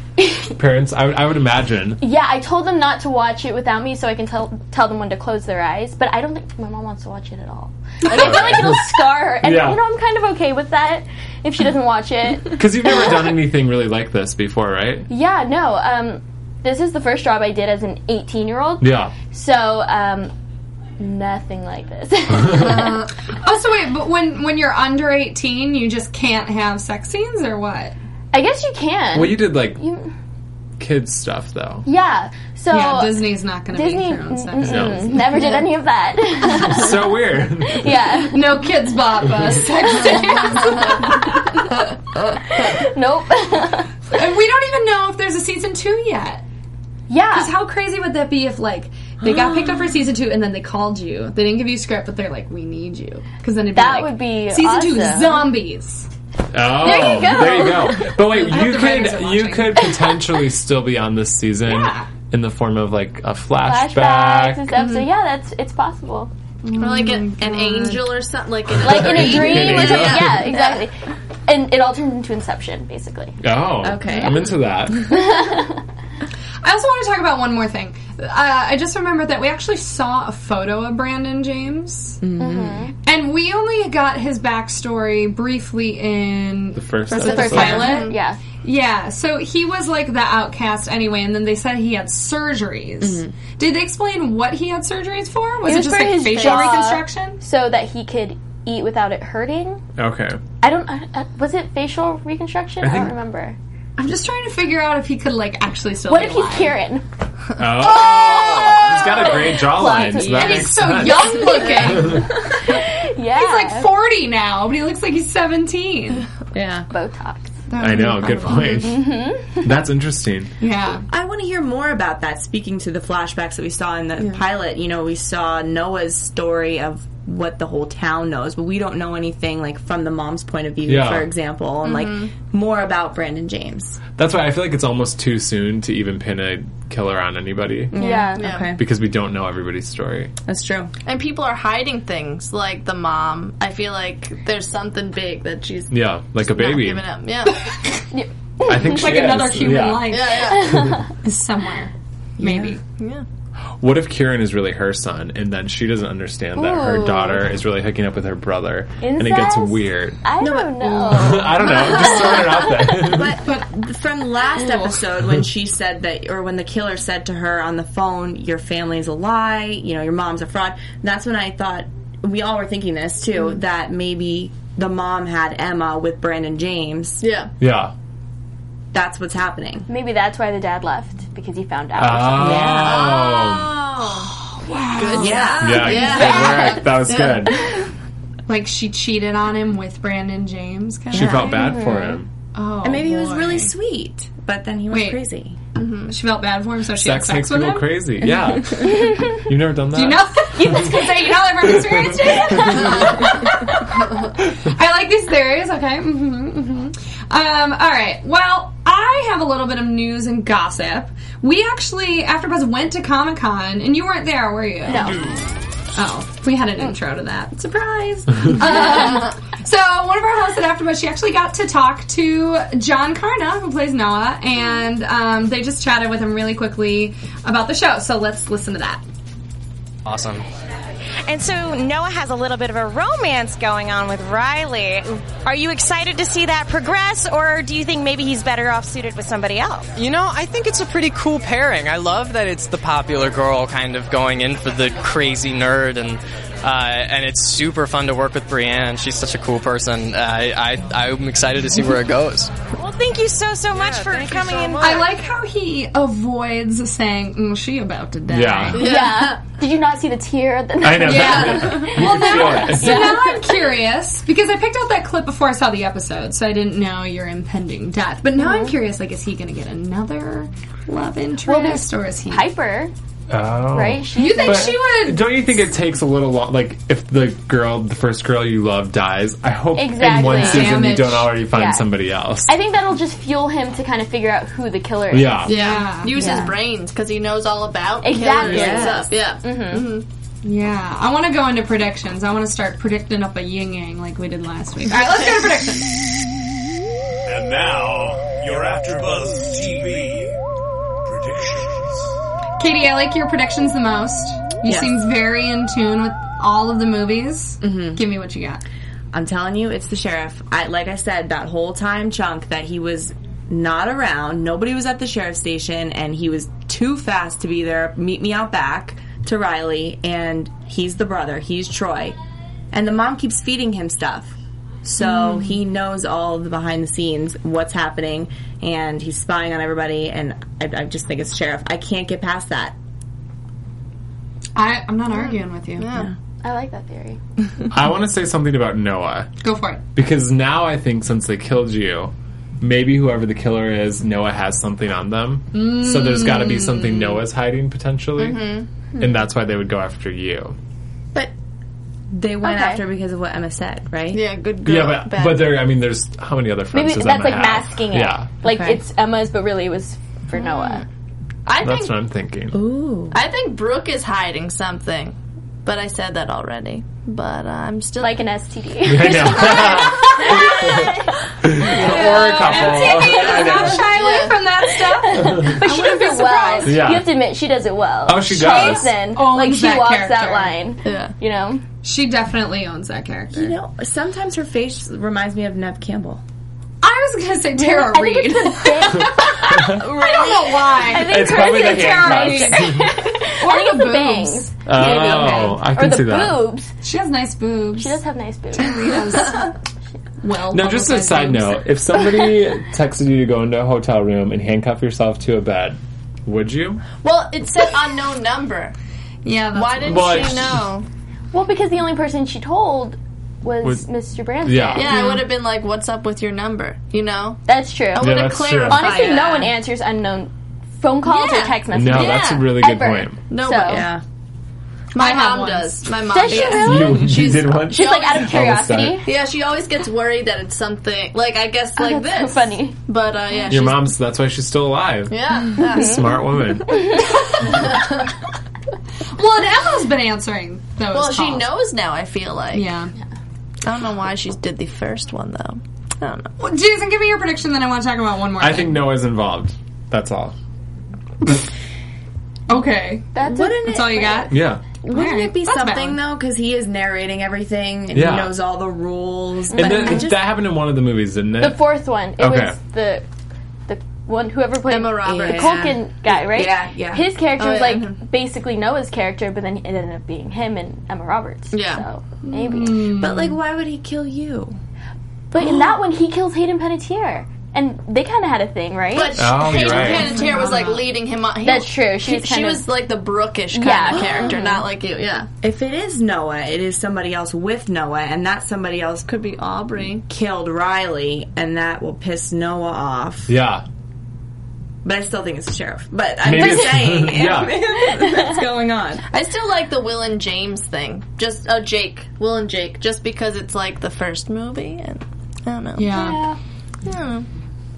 Speaker 3: parents? I would I would imagine.
Speaker 4: Yeah, I told them not to watch it without me so I can tell tell them when to close their eyes, but I don't think my mom wants to watch it at all. Like, I feel like
Speaker 3: *laughs*
Speaker 4: it'll scar her. And
Speaker 3: Yeah.
Speaker 4: you know, I'm kind of okay with that if she doesn't watch it.
Speaker 3: *laughs* Because you've never done anything really like this before, right?
Speaker 4: Yeah, no. Um this is the first job I did as an 18-year-old.
Speaker 3: Yeah.
Speaker 4: So, um nothing
Speaker 3: *laughs*
Speaker 4: like this.
Speaker 2: Oh, so wait, but when when you're under 18, you just can't have sex scenes or what?
Speaker 4: I guess you can.
Speaker 3: Well, you did like
Speaker 4: You-
Speaker 3: kids stuff though.
Speaker 4: yeah. So
Speaker 2: yeah, Disney's not going to make
Speaker 4: Disney
Speaker 2: their own sex.
Speaker 4: mm,
Speaker 3: No.
Speaker 4: mm, never did any of
Speaker 2: *laughs*
Speaker 4: that.
Speaker 3: *laughs* So weird.
Speaker 4: yeah.
Speaker 2: No kids
Speaker 4: *laughs*
Speaker 2: bop us sex scenes.
Speaker 4: Nope.
Speaker 2: and we don't even know if there's a season 2 yet.
Speaker 4: yeah.
Speaker 2: Because how crazy would that be if like they got picked up
Speaker 4: *gasps*
Speaker 2: for season two and then they called you? They didn't give you a script, but they're like, "We need you." Because then it'd be
Speaker 4: That
Speaker 2: like,
Speaker 4: would be
Speaker 2: season two
Speaker 4: awesome.
Speaker 2: zombies.
Speaker 3: Oh,
Speaker 4: There you go.
Speaker 3: there you go. But wait, you
Speaker 2: the writers
Speaker 3: could
Speaker 2: are
Speaker 3: you
Speaker 2: watching.
Speaker 3: could potentially still be on this season
Speaker 2: Yeah.
Speaker 3: in the form of like a
Speaker 4: Flashbacks
Speaker 3: flashback.
Speaker 4: and stuff. So yeah, that's it's possible.
Speaker 5: Or like
Speaker 4: Oh
Speaker 5: an, an angel or something. Like, an,
Speaker 4: like in
Speaker 3: *laughs*
Speaker 4: a dream
Speaker 3: Kidding.
Speaker 4: or something. Yeah,
Speaker 5: Yeah.
Speaker 4: exactly. And it all turned into Inception, basically.
Speaker 3: Oh,
Speaker 6: Okay.
Speaker 3: I'm into that.
Speaker 2: I also want to talk about one more thing. Uh, I just remembered that we actually saw a photo of Brandon James,
Speaker 4: Mm-hmm.
Speaker 2: and we only got his backstory briefly in.
Speaker 3: The first,
Speaker 2: the first
Speaker 3: episode.
Speaker 2: pilot,
Speaker 4: Yeah,
Speaker 2: yeah. So he was like the outcast anyway, and then they said he had surgeries. Did they explain what he had surgeries for? Was it,
Speaker 4: Mm-hmm. was
Speaker 2: just
Speaker 4: for
Speaker 2: like
Speaker 4: his
Speaker 2: facial
Speaker 4: jaw.
Speaker 2: reconstruction?
Speaker 4: so that he could eat without it hurting.
Speaker 3: Okay.
Speaker 4: I don't. I, I- was it facial reconstruction? I,
Speaker 3: think-
Speaker 4: don't remember.
Speaker 2: I'm just trying to figure out if he could like actually still.
Speaker 4: What
Speaker 2: be
Speaker 4: if he's
Speaker 2: alive.
Speaker 4: Kieran?
Speaker 3: Oh, he's got a great jawline. So that
Speaker 2: And
Speaker 3: makes
Speaker 2: he's so
Speaker 3: sense.
Speaker 2: young looking.
Speaker 4: Yeah,
Speaker 2: he's like 40 now, but he looks like he's
Speaker 6: *sighs*
Speaker 2: 17.
Speaker 6: Yeah.
Speaker 4: Botox.
Speaker 3: I know. Good point. That's interesting.
Speaker 2: Yeah.
Speaker 6: I want to hear more about that. Speaking to the flashbacks that we saw in the pilot, you know, we saw Noah's story of what the whole town knows, but we don't know anything like from the mom's point of view,
Speaker 3: Yeah.
Speaker 6: for example, and like more about Brandon James.
Speaker 3: That's why I feel like it's almost too soon to even pin a killer on anybody
Speaker 4: Yeah.
Speaker 6: Okay,
Speaker 3: because we don't know everybody's story.
Speaker 6: that's true.
Speaker 5: and people are hiding things, like the mom. I feel like there's something big that she's
Speaker 3: Yeah, like a
Speaker 5: not
Speaker 3: baby.
Speaker 5: giving up. Yeah.
Speaker 3: I think she
Speaker 2: Like
Speaker 3: is.
Speaker 2: another human
Speaker 3: Yeah.
Speaker 2: life
Speaker 5: yeah, yeah.
Speaker 2: *laughs* is somewhere. Maybe.
Speaker 5: yeah.
Speaker 3: What if Kieran is really her son, and then she doesn't understand that her
Speaker 4: Ooh.
Speaker 3: daughter is really hooking up with her brother, and it gets
Speaker 4: Incest?
Speaker 3: weird?
Speaker 4: I don't
Speaker 3: *laughs*
Speaker 4: know. *laughs*
Speaker 3: I don't know. I'm just throwing it out
Speaker 2: *laughs*
Speaker 3: there.
Speaker 6: But but from last episode when she said that, or when the killer said to her on the phone, "Your family's a lie. You know, your mom's a fraud." That's when I thought we all were thinking this too.
Speaker 2: Mm.
Speaker 6: That maybe the mom had Emma with Brandon James.
Speaker 5: Yeah.
Speaker 3: yeah.
Speaker 6: That's what's happening.
Speaker 4: Maybe that's why the dad left because he found out.
Speaker 3: Oh.
Speaker 4: or something.
Speaker 2: Oh.
Speaker 6: Yeah.
Speaker 3: Yeah. Good work. That was good.
Speaker 2: Like she cheated on him with Brandon James. Kind
Speaker 3: She felt bad for him.
Speaker 2: Oh,
Speaker 6: Maybe he was
Speaker 2: boy.
Speaker 6: really sweet, but then he was
Speaker 2: Wait.
Speaker 6: crazy.
Speaker 2: She felt bad for him, so she
Speaker 3: Sex,
Speaker 2: had
Speaker 3: makes
Speaker 2: sex with
Speaker 3: people
Speaker 2: him.
Speaker 3: crazy.
Speaker 2: *laughs*
Speaker 3: Yeah. You've never done that.
Speaker 2: You know, *laughs* you just gonna say you know everyone experienced it. *laughs* I like these theories. Okay. hmm hmm Um, all right. Well, I have a little bit of news and gossip. We actually, AfterBuzz went to Comic Con, and you weren't there, were you?
Speaker 4: No.
Speaker 2: Oh, we had an intro to that. Surprise. *laughs* um, so one of our hosts at AfterBuzz, she actually got to talk to John Carna, who plays Noah, and um, they just chatted with him really quickly about the show. So let's listen to that.
Speaker 7: Awesome.
Speaker 8: And so Noah has a little bit of a romance going on with Riley. Are you excited to see that progress, or do you think maybe he's better off suited with somebody else?
Speaker 7: You know, I think it's a pretty cool pairing. I love that it's the popular girl kind of going in for the crazy nerd, and uh, and it's super fun to work with Brienne. She's such a cool person. Uh, I, I I'm excited to see where it goes.
Speaker 8: Well, thank you so so much for
Speaker 5: thank you
Speaker 8: coming
Speaker 5: so
Speaker 8: in.
Speaker 5: much.
Speaker 2: I like how he avoids saying, mm, she about to die.
Speaker 3: Yeah.
Speaker 4: Yeah. Did you not see the tear? *laughs* The-
Speaker 3: I know. *laughs*
Speaker 2: Yeah.
Speaker 3: well,
Speaker 2: So now I'm curious because I picked out that clip before I saw the episode, so I didn't know your impending death. But now I'm curious. Like, is he going to get another love interest, or is he?
Speaker 4: Piper,
Speaker 3: Oh.
Speaker 4: right? She,
Speaker 2: you think
Speaker 3: But
Speaker 2: she would?
Speaker 3: Don't you think it takes a little long? Like, if the girl, the first girl you love, dies, I hope in
Speaker 4: Exactly.
Speaker 3: one season you
Speaker 2: Damage.
Speaker 3: don't already find
Speaker 4: Yeah.
Speaker 3: somebody else.
Speaker 4: I think that'll just fuel him to kind of figure out who the killer is.
Speaker 3: yeah.
Speaker 2: Yeah.
Speaker 5: Use
Speaker 4: Yeah.
Speaker 5: his brains because he knows all about
Speaker 4: Exactly.
Speaker 5: killers and
Speaker 4: Yes. Mm-hmm.
Speaker 5: stuff. Yeah.
Speaker 2: Yeah. I want to go into predictions. I want to start predicting up a yin yang like we did last week. All right, *laughs* let's go to predictions.
Speaker 9: And now, your AfterBuzz TV predictions.
Speaker 2: Katie, I like your predictions the most. You
Speaker 6: Yes.
Speaker 2: seem very in tune with all of the movies. Give me what you got.
Speaker 6: I'm telling you, it's the sheriff. I, like I said, that whole time chunk that he was not around, nobody was at the sheriff's station, and he was too fast to be there. Meet me out back to Riley, and he's the brother. He's Troy, and the mom keeps feeding him stuff, so he knows all the behind the scenes, what's happening, and he's spying on everybody. And I, I just think it's sheriff. I can't get past that.
Speaker 2: I, I'm not arguing with you.
Speaker 4: I like that theory.
Speaker 3: I want to say something about Noah.
Speaker 2: Go for it.
Speaker 3: Because now I think since they killed you, maybe whoever the killer is, Noah has something on them. So there's got to be
Speaker 4: Mm.
Speaker 3: something Noah's hiding potentially.
Speaker 4: Mm-hmm.
Speaker 3: And that's why they would go after you.
Speaker 6: They went
Speaker 4: Okay.
Speaker 6: after because of what Emma said, right?
Speaker 5: Yeah, good girl.
Speaker 3: yeah, but
Speaker 5: Bad
Speaker 3: but there. I mean, there's how many other friends?
Speaker 4: Maybe
Speaker 3: does
Speaker 4: that's
Speaker 3: Emma
Speaker 4: like
Speaker 3: have?
Speaker 4: masking it.
Speaker 3: Yeah,
Speaker 4: Like
Speaker 6: Okay.
Speaker 4: it's Emma's, but really it was for Noah.
Speaker 5: I
Speaker 3: that's
Speaker 5: think
Speaker 3: what I'm thinking.
Speaker 6: Ooh.
Speaker 5: I think Brooke is hiding something, but I said that already. But uh, I'm still
Speaker 4: Like an STD.
Speaker 3: *laughs* I
Speaker 4: *laughs*
Speaker 3: know. or a couple. I know.
Speaker 2: Shyly from that
Speaker 6: *laughs*
Speaker 2: stuff.
Speaker 4: but she does it well.
Speaker 3: Yeah.
Speaker 4: You have to admit, she does it well.
Speaker 3: Oh, she does.
Speaker 4: Jason,
Speaker 2: Owns
Speaker 4: like she
Speaker 2: that
Speaker 4: walks
Speaker 2: character.
Speaker 4: that line.
Speaker 5: Yeah.
Speaker 4: You know?
Speaker 2: She definitely owns that character.
Speaker 6: You know, sometimes her face reminds me of Nev Campbell.
Speaker 2: I was gonna say Tara
Speaker 4: I think
Speaker 2: Reid.
Speaker 4: it's the bang.
Speaker 3: *laughs*
Speaker 2: I don't know why.
Speaker 4: I think
Speaker 3: It's
Speaker 4: hers
Speaker 3: probably the
Speaker 4: is
Speaker 3: handcuffs.
Speaker 4: terrible. I think it's the bangs.
Speaker 3: Oh, I
Speaker 4: or
Speaker 3: can
Speaker 4: the
Speaker 3: see that.
Speaker 4: boobs.
Speaker 2: She has nice boobs.
Speaker 4: She does have nice boobs.
Speaker 2: well.
Speaker 3: Now, just a
Speaker 2: publicized
Speaker 3: side
Speaker 2: boobs.
Speaker 3: note: if somebody *laughs* texted you to go into a hotel room and handcuff yourself to a bed, would you?
Speaker 5: well, it said unknown number.
Speaker 2: Yeah. That's
Speaker 5: Why didn't
Speaker 3: Well,
Speaker 5: she
Speaker 3: it's-
Speaker 5: know?
Speaker 4: Well, because the only person she told was,
Speaker 3: Was-
Speaker 4: Mr. Branson.
Speaker 3: Yeah.
Speaker 5: Yeah, I would have been like, "What's up with your number?" You know.
Speaker 4: That's true.
Speaker 5: Would have
Speaker 3: that's true.
Speaker 5: clarified
Speaker 4: Honestly,
Speaker 5: that.
Speaker 4: no one answers unknown phone calls or
Speaker 5: Yeah.
Speaker 4: text messages.
Speaker 3: No, that's a really good
Speaker 4: Ever.
Speaker 3: point.
Speaker 5: No,
Speaker 4: So-
Speaker 5: but
Speaker 6: Yeah.
Speaker 5: my
Speaker 2: I have
Speaker 5: mom
Speaker 2: one.
Speaker 5: does. My mom
Speaker 4: Does she
Speaker 5: yeah.
Speaker 4: really?
Speaker 3: You, you
Speaker 5: She's-
Speaker 3: did one.
Speaker 4: She's like out of
Speaker 3: Almost done.
Speaker 4: curiosity.
Speaker 5: Yeah, she always gets worried that it's something like I guess like
Speaker 4: Oh, that's so
Speaker 5: this.
Speaker 4: funny.
Speaker 5: but uh, yeah,
Speaker 3: Your
Speaker 5: she's,
Speaker 3: mom's. That's why she's still alive.
Speaker 5: yeah, yeah.
Speaker 3: Smart woman.
Speaker 2: Well, and Emma's been answering those.
Speaker 5: Well, she
Speaker 2: calls.
Speaker 5: knows now. I feel like
Speaker 2: Yeah.
Speaker 5: I don't know why she did the first one though. I don't know.
Speaker 2: Well, Jason, give me your prediction. Then I want to talk about one more.
Speaker 3: I
Speaker 2: thing.
Speaker 3: think Noah's involved. That's all.
Speaker 2: Okay.
Speaker 4: That's a-
Speaker 6: Wouldn't
Speaker 2: That's all you got.
Speaker 3: Yeah.
Speaker 6: Wouldn't
Speaker 2: Alright,
Speaker 6: it be
Speaker 2: that's
Speaker 6: something
Speaker 2: valid.
Speaker 6: though? Because he is narrating everything and
Speaker 3: Yeah.
Speaker 6: he knows all the rules.
Speaker 3: And then,
Speaker 6: I just-
Speaker 3: that happened in one of the movies, didn't it?
Speaker 4: the fourth one. It
Speaker 3: Okay.
Speaker 4: was the the one whoever played
Speaker 5: Emma Roberts.
Speaker 4: the Culkin guy, right?
Speaker 6: Yeah, yeah.
Speaker 4: His character
Speaker 5: Oh,
Speaker 4: was
Speaker 5: yeah,
Speaker 4: like
Speaker 5: mhm.
Speaker 4: basically Noah's character, but then it ended up being him and Emma Roberts.
Speaker 5: Yeah.
Speaker 4: so maybe.
Speaker 6: but like, why would he kill you?
Speaker 4: But in that one, he kills Hayden Panettiere, and they kind of had a thing, right?
Speaker 5: But
Speaker 3: Oh, you're
Speaker 5: Hayden
Speaker 3: right.
Speaker 5: Panettiere was like leading him on. He-
Speaker 4: That's true. She was
Speaker 5: she
Speaker 4: kind of-
Speaker 5: was like the Brookish kind
Speaker 4: Yeah.
Speaker 5: of character, not like you. Yeah,
Speaker 6: If it is Noah, it is somebody else with Noah, and that somebody else could
Speaker 5: could be Aubrey.
Speaker 6: killed Riley, and that will piss Noah off.
Speaker 3: yeah.
Speaker 6: But I still think it's the sheriff. But I'm
Speaker 3: Maybe
Speaker 6: just
Speaker 3: it's-
Speaker 6: saying,
Speaker 3: *laughs* Yeah.
Speaker 6: that's going on.
Speaker 5: I still like the Will and James thing. Just oh Jake, Will and Jake, just because it's like the first movie, and I don't know.
Speaker 2: yeah.
Speaker 5: I don't know.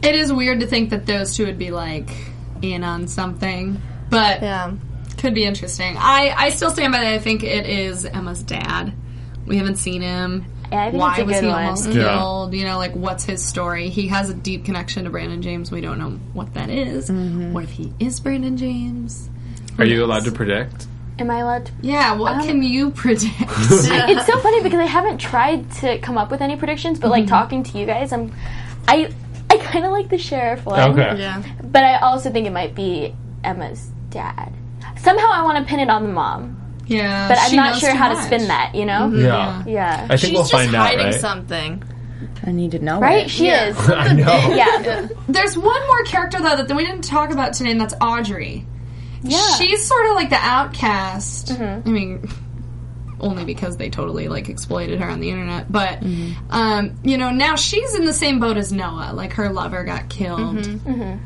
Speaker 2: It is weird to think that those two would be like in on something, but
Speaker 5: Yeah.
Speaker 2: could be interesting. I I still stand by that. I think it is Emma's dad. We haven't seen him.
Speaker 4: Yeah, I think
Speaker 2: Why
Speaker 4: it's a
Speaker 2: was
Speaker 4: good
Speaker 2: he
Speaker 4: one.
Speaker 2: almost
Speaker 3: Yeah.
Speaker 2: killed? You know, like what's his story? He has a deep connection to Brandon James. We
Speaker 4: Mm-hmm.
Speaker 2: don't know what that is. What if he is Brandon James?
Speaker 3: Are you allowed to predict?
Speaker 4: Am I allowed to?
Speaker 2: Yeah, what can you *laughs*
Speaker 4: *laughs*
Speaker 2: predict?
Speaker 4: It's so funny because I haven't tried to come up with any predictions, but like talking to you guys, I'm, I, I kind of like the sheriff one.
Speaker 3: Okay.
Speaker 4: But I also think it might be Emma's dad. Somehow I want to pin it on the mom,
Speaker 2: yeah,
Speaker 4: but I'm
Speaker 2: she
Speaker 4: not
Speaker 2: knows
Speaker 4: sure
Speaker 2: too
Speaker 4: how to
Speaker 2: much.
Speaker 4: spin that. You know?
Speaker 3: Mm-hmm. Yeah.
Speaker 4: Yeah.
Speaker 3: I think
Speaker 5: She's
Speaker 3: we'll
Speaker 5: just
Speaker 3: find out,
Speaker 5: hiding
Speaker 3: right?
Speaker 5: something.
Speaker 6: I need to know.
Speaker 4: Right?
Speaker 6: it.
Speaker 4: She is.
Speaker 3: *laughs* I know. *laughs*
Speaker 4: Yeah.
Speaker 2: There's one more character though that we didn't talk about today, and that's Audrey.
Speaker 4: Yeah.
Speaker 2: She's sort of like the outcast. I mean, only because they totally like exploited her on the internet. But um, you know, now she's in the same boat as Noah. Like her lover got killed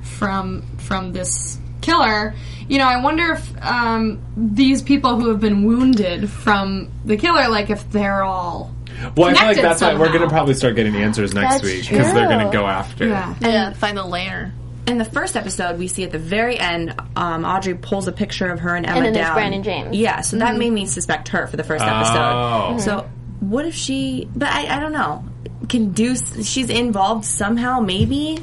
Speaker 2: from from this killer. You know, I wonder if um, these people who have been wounded from the killer, like if they're all
Speaker 3: Well, I feel like
Speaker 2: Connected
Speaker 3: that's why we're
Speaker 2: somehow.
Speaker 3: going to probably start getting answers next
Speaker 4: That's
Speaker 3: week because they're going to
Speaker 4: true.
Speaker 3: go after.
Speaker 2: yeah.
Speaker 5: Yeah, find the lair.
Speaker 6: In the first episode, we see at the very end, um, Audrey pulls a picture of her and Emma
Speaker 4: then there's
Speaker 6: down.
Speaker 4: Brandon James. Mm-hmm.
Speaker 6: Yeah, so that made me suspect her for the first
Speaker 3: Oh.
Speaker 6: episode. So what if she? But I, I don't know. Can do? She's involved somehow, maybe.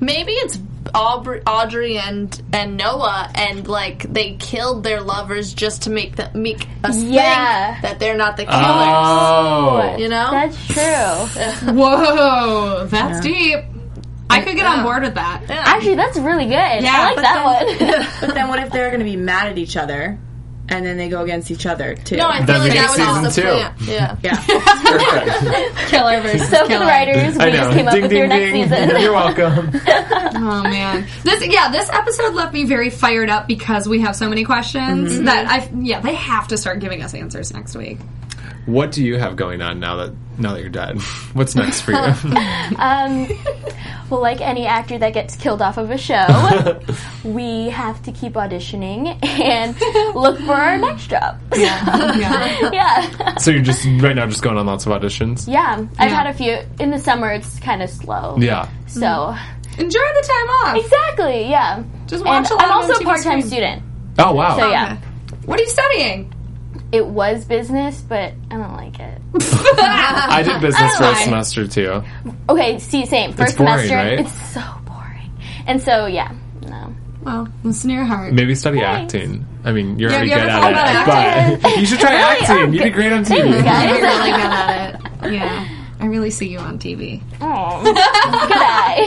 Speaker 5: Maybe it's Aubrey, Audrey and and Noah, and like they killed their lovers just to make the make us
Speaker 4: Yeah.
Speaker 5: think that they're not the killers.
Speaker 3: Oh.
Speaker 5: you know,
Speaker 4: That's true.
Speaker 2: Whoa, that's deep. I could get on board with that.
Speaker 4: Actually, that's really good.
Speaker 2: Yeah,
Speaker 4: I like
Speaker 2: but
Speaker 4: that one.
Speaker 6: But then what if they're going to be mad at each other, and then they go against each other too?
Speaker 5: no, Oh, I feel
Speaker 3: That'd
Speaker 5: like
Speaker 3: be
Speaker 5: that was
Speaker 3: season
Speaker 5: also
Speaker 3: two.
Speaker 5: plan. Yeah,
Speaker 2: *laughs* Killer versus
Speaker 4: so for the
Speaker 2: killer.
Speaker 4: writers, we
Speaker 3: I know.
Speaker 4: just came up
Speaker 3: ding,
Speaker 4: with
Speaker 3: ding,
Speaker 4: your next
Speaker 3: ding. *laughs*
Speaker 4: season.
Speaker 3: You're welcome.
Speaker 4: *laughs*
Speaker 2: Oh man, *laughs* this yeah, this episode left me very fired up because we have so many questions that I yeah they have to start giving us answers next week.
Speaker 3: what do you have going on now that now that you're dead? *laughs* What's next for you? *laughs*
Speaker 4: Um, well, like any actor that gets killed off of
Speaker 3: *laughs*
Speaker 4: a show, we have to keep auditioning and look for our next job.
Speaker 2: *laughs*
Speaker 4: *laughs*
Speaker 2: Yeah, yeah.
Speaker 3: *laughs*
Speaker 4: yeah.
Speaker 3: so you're just right now just going on lots of auditions.
Speaker 4: Yeah. I've
Speaker 2: Yeah.
Speaker 4: had a few. In the summer, it's kind of slow.
Speaker 3: Yeah.
Speaker 4: So.
Speaker 2: Enjoy the time off.
Speaker 4: Exactly, yeah.
Speaker 2: Just
Speaker 4: And
Speaker 2: watch a lot.
Speaker 4: I'm also
Speaker 2: of
Speaker 4: a
Speaker 2: MTV
Speaker 4: part time
Speaker 2: screen.
Speaker 4: student.
Speaker 3: Oh wow.
Speaker 4: So, yeah.
Speaker 2: What are you studying?
Speaker 4: It was business, but I don't like it.
Speaker 3: I did *laughs* business for a
Speaker 4: Alright.
Speaker 3: semester too.
Speaker 4: Okay, see, same. First
Speaker 3: boring,
Speaker 4: semester,
Speaker 3: right?
Speaker 4: it's so boring. And so, yeah, no.
Speaker 2: Well, listen to your
Speaker 4: *laughs*
Speaker 2: heart.
Speaker 3: Maybe study acting. I mean, you're already
Speaker 2: you
Speaker 3: good
Speaker 2: ever thought
Speaker 3: at it, but you should *laughs* try acting. You'd be great on TV.
Speaker 4: Thanks, guys.
Speaker 2: You're really good at *laughs* it. Yeah, I really see you on TV.
Speaker 4: Aw,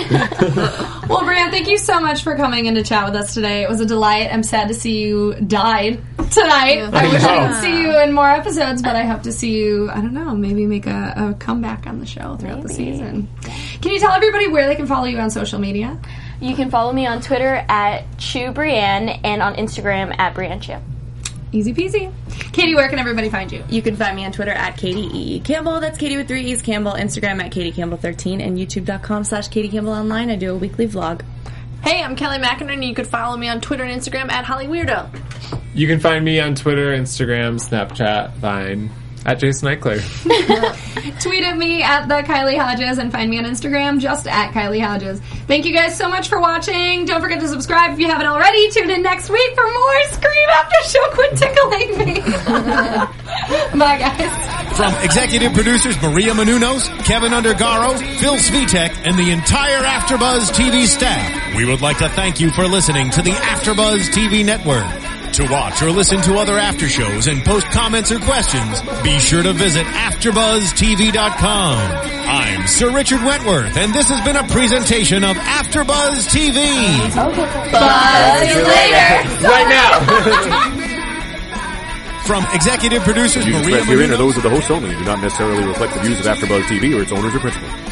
Speaker 4: good
Speaker 3: *laughs*
Speaker 4: eye.
Speaker 2: Well, Brian, thank you so much for coming in to chat with us today. It was a delight. I'm sad to see you died tonight. I wish I
Speaker 3: Oh.
Speaker 2: could see you in more episodes, but I hope to see you, I don't know, maybe make a, a comeback on the show throughout the season. Can you tell everybody where they can follow you on social media?
Speaker 4: You can follow me on Twitter at Chew Brienne and on Instagram at Brienne Chew.
Speaker 2: Easy peasy. Katie, where can everybody find you?
Speaker 6: You can find me on Twitter at Katie E. E. Campbell. That's Katie with three E's Campbell. Instagram at Katie Campbell 13 and YouTube.com slash Katie Campbell Online. I do a weekly vlog.
Speaker 5: Hey, I'm Kelly McInerney. and You could follow me on Twitter and Instagram at Holly Weirdo.
Speaker 3: You can find me on Twitter, Instagram, Snapchat, Vine at Jason Eichler.
Speaker 2: Tweet at me at the Kylie Hodges and find me on Instagram just at Kylie Hodges. Thank you guys so much for watching. Don't forget to subscribe if you haven't already. Tune in next week for more Scream After Show. Quit tickling me. *laughs* Bye guys.
Speaker 1: From executive producers Maria Manunos, Kevin Undergaro, Phil Svitek, and the entire Afterbuzz TV staff, we would like to thank you for listening to the Afterbuzz TV network. To watch or listen to other after shows and post comments or questions, be sure to visit AfterbuzzTV.com. I'm Sir Richard Wentworth, and this has been a presentation of Afterbuzz TV.
Speaker 3: right now.
Speaker 1: *laughs* From executive producers
Speaker 10: Views
Speaker 1: Maria
Speaker 10: expressed herein are
Speaker 1: Manunos,
Speaker 10: those of the hosts only and do not necessarily reflect the views of AfterBuzz TV or its owners or principals.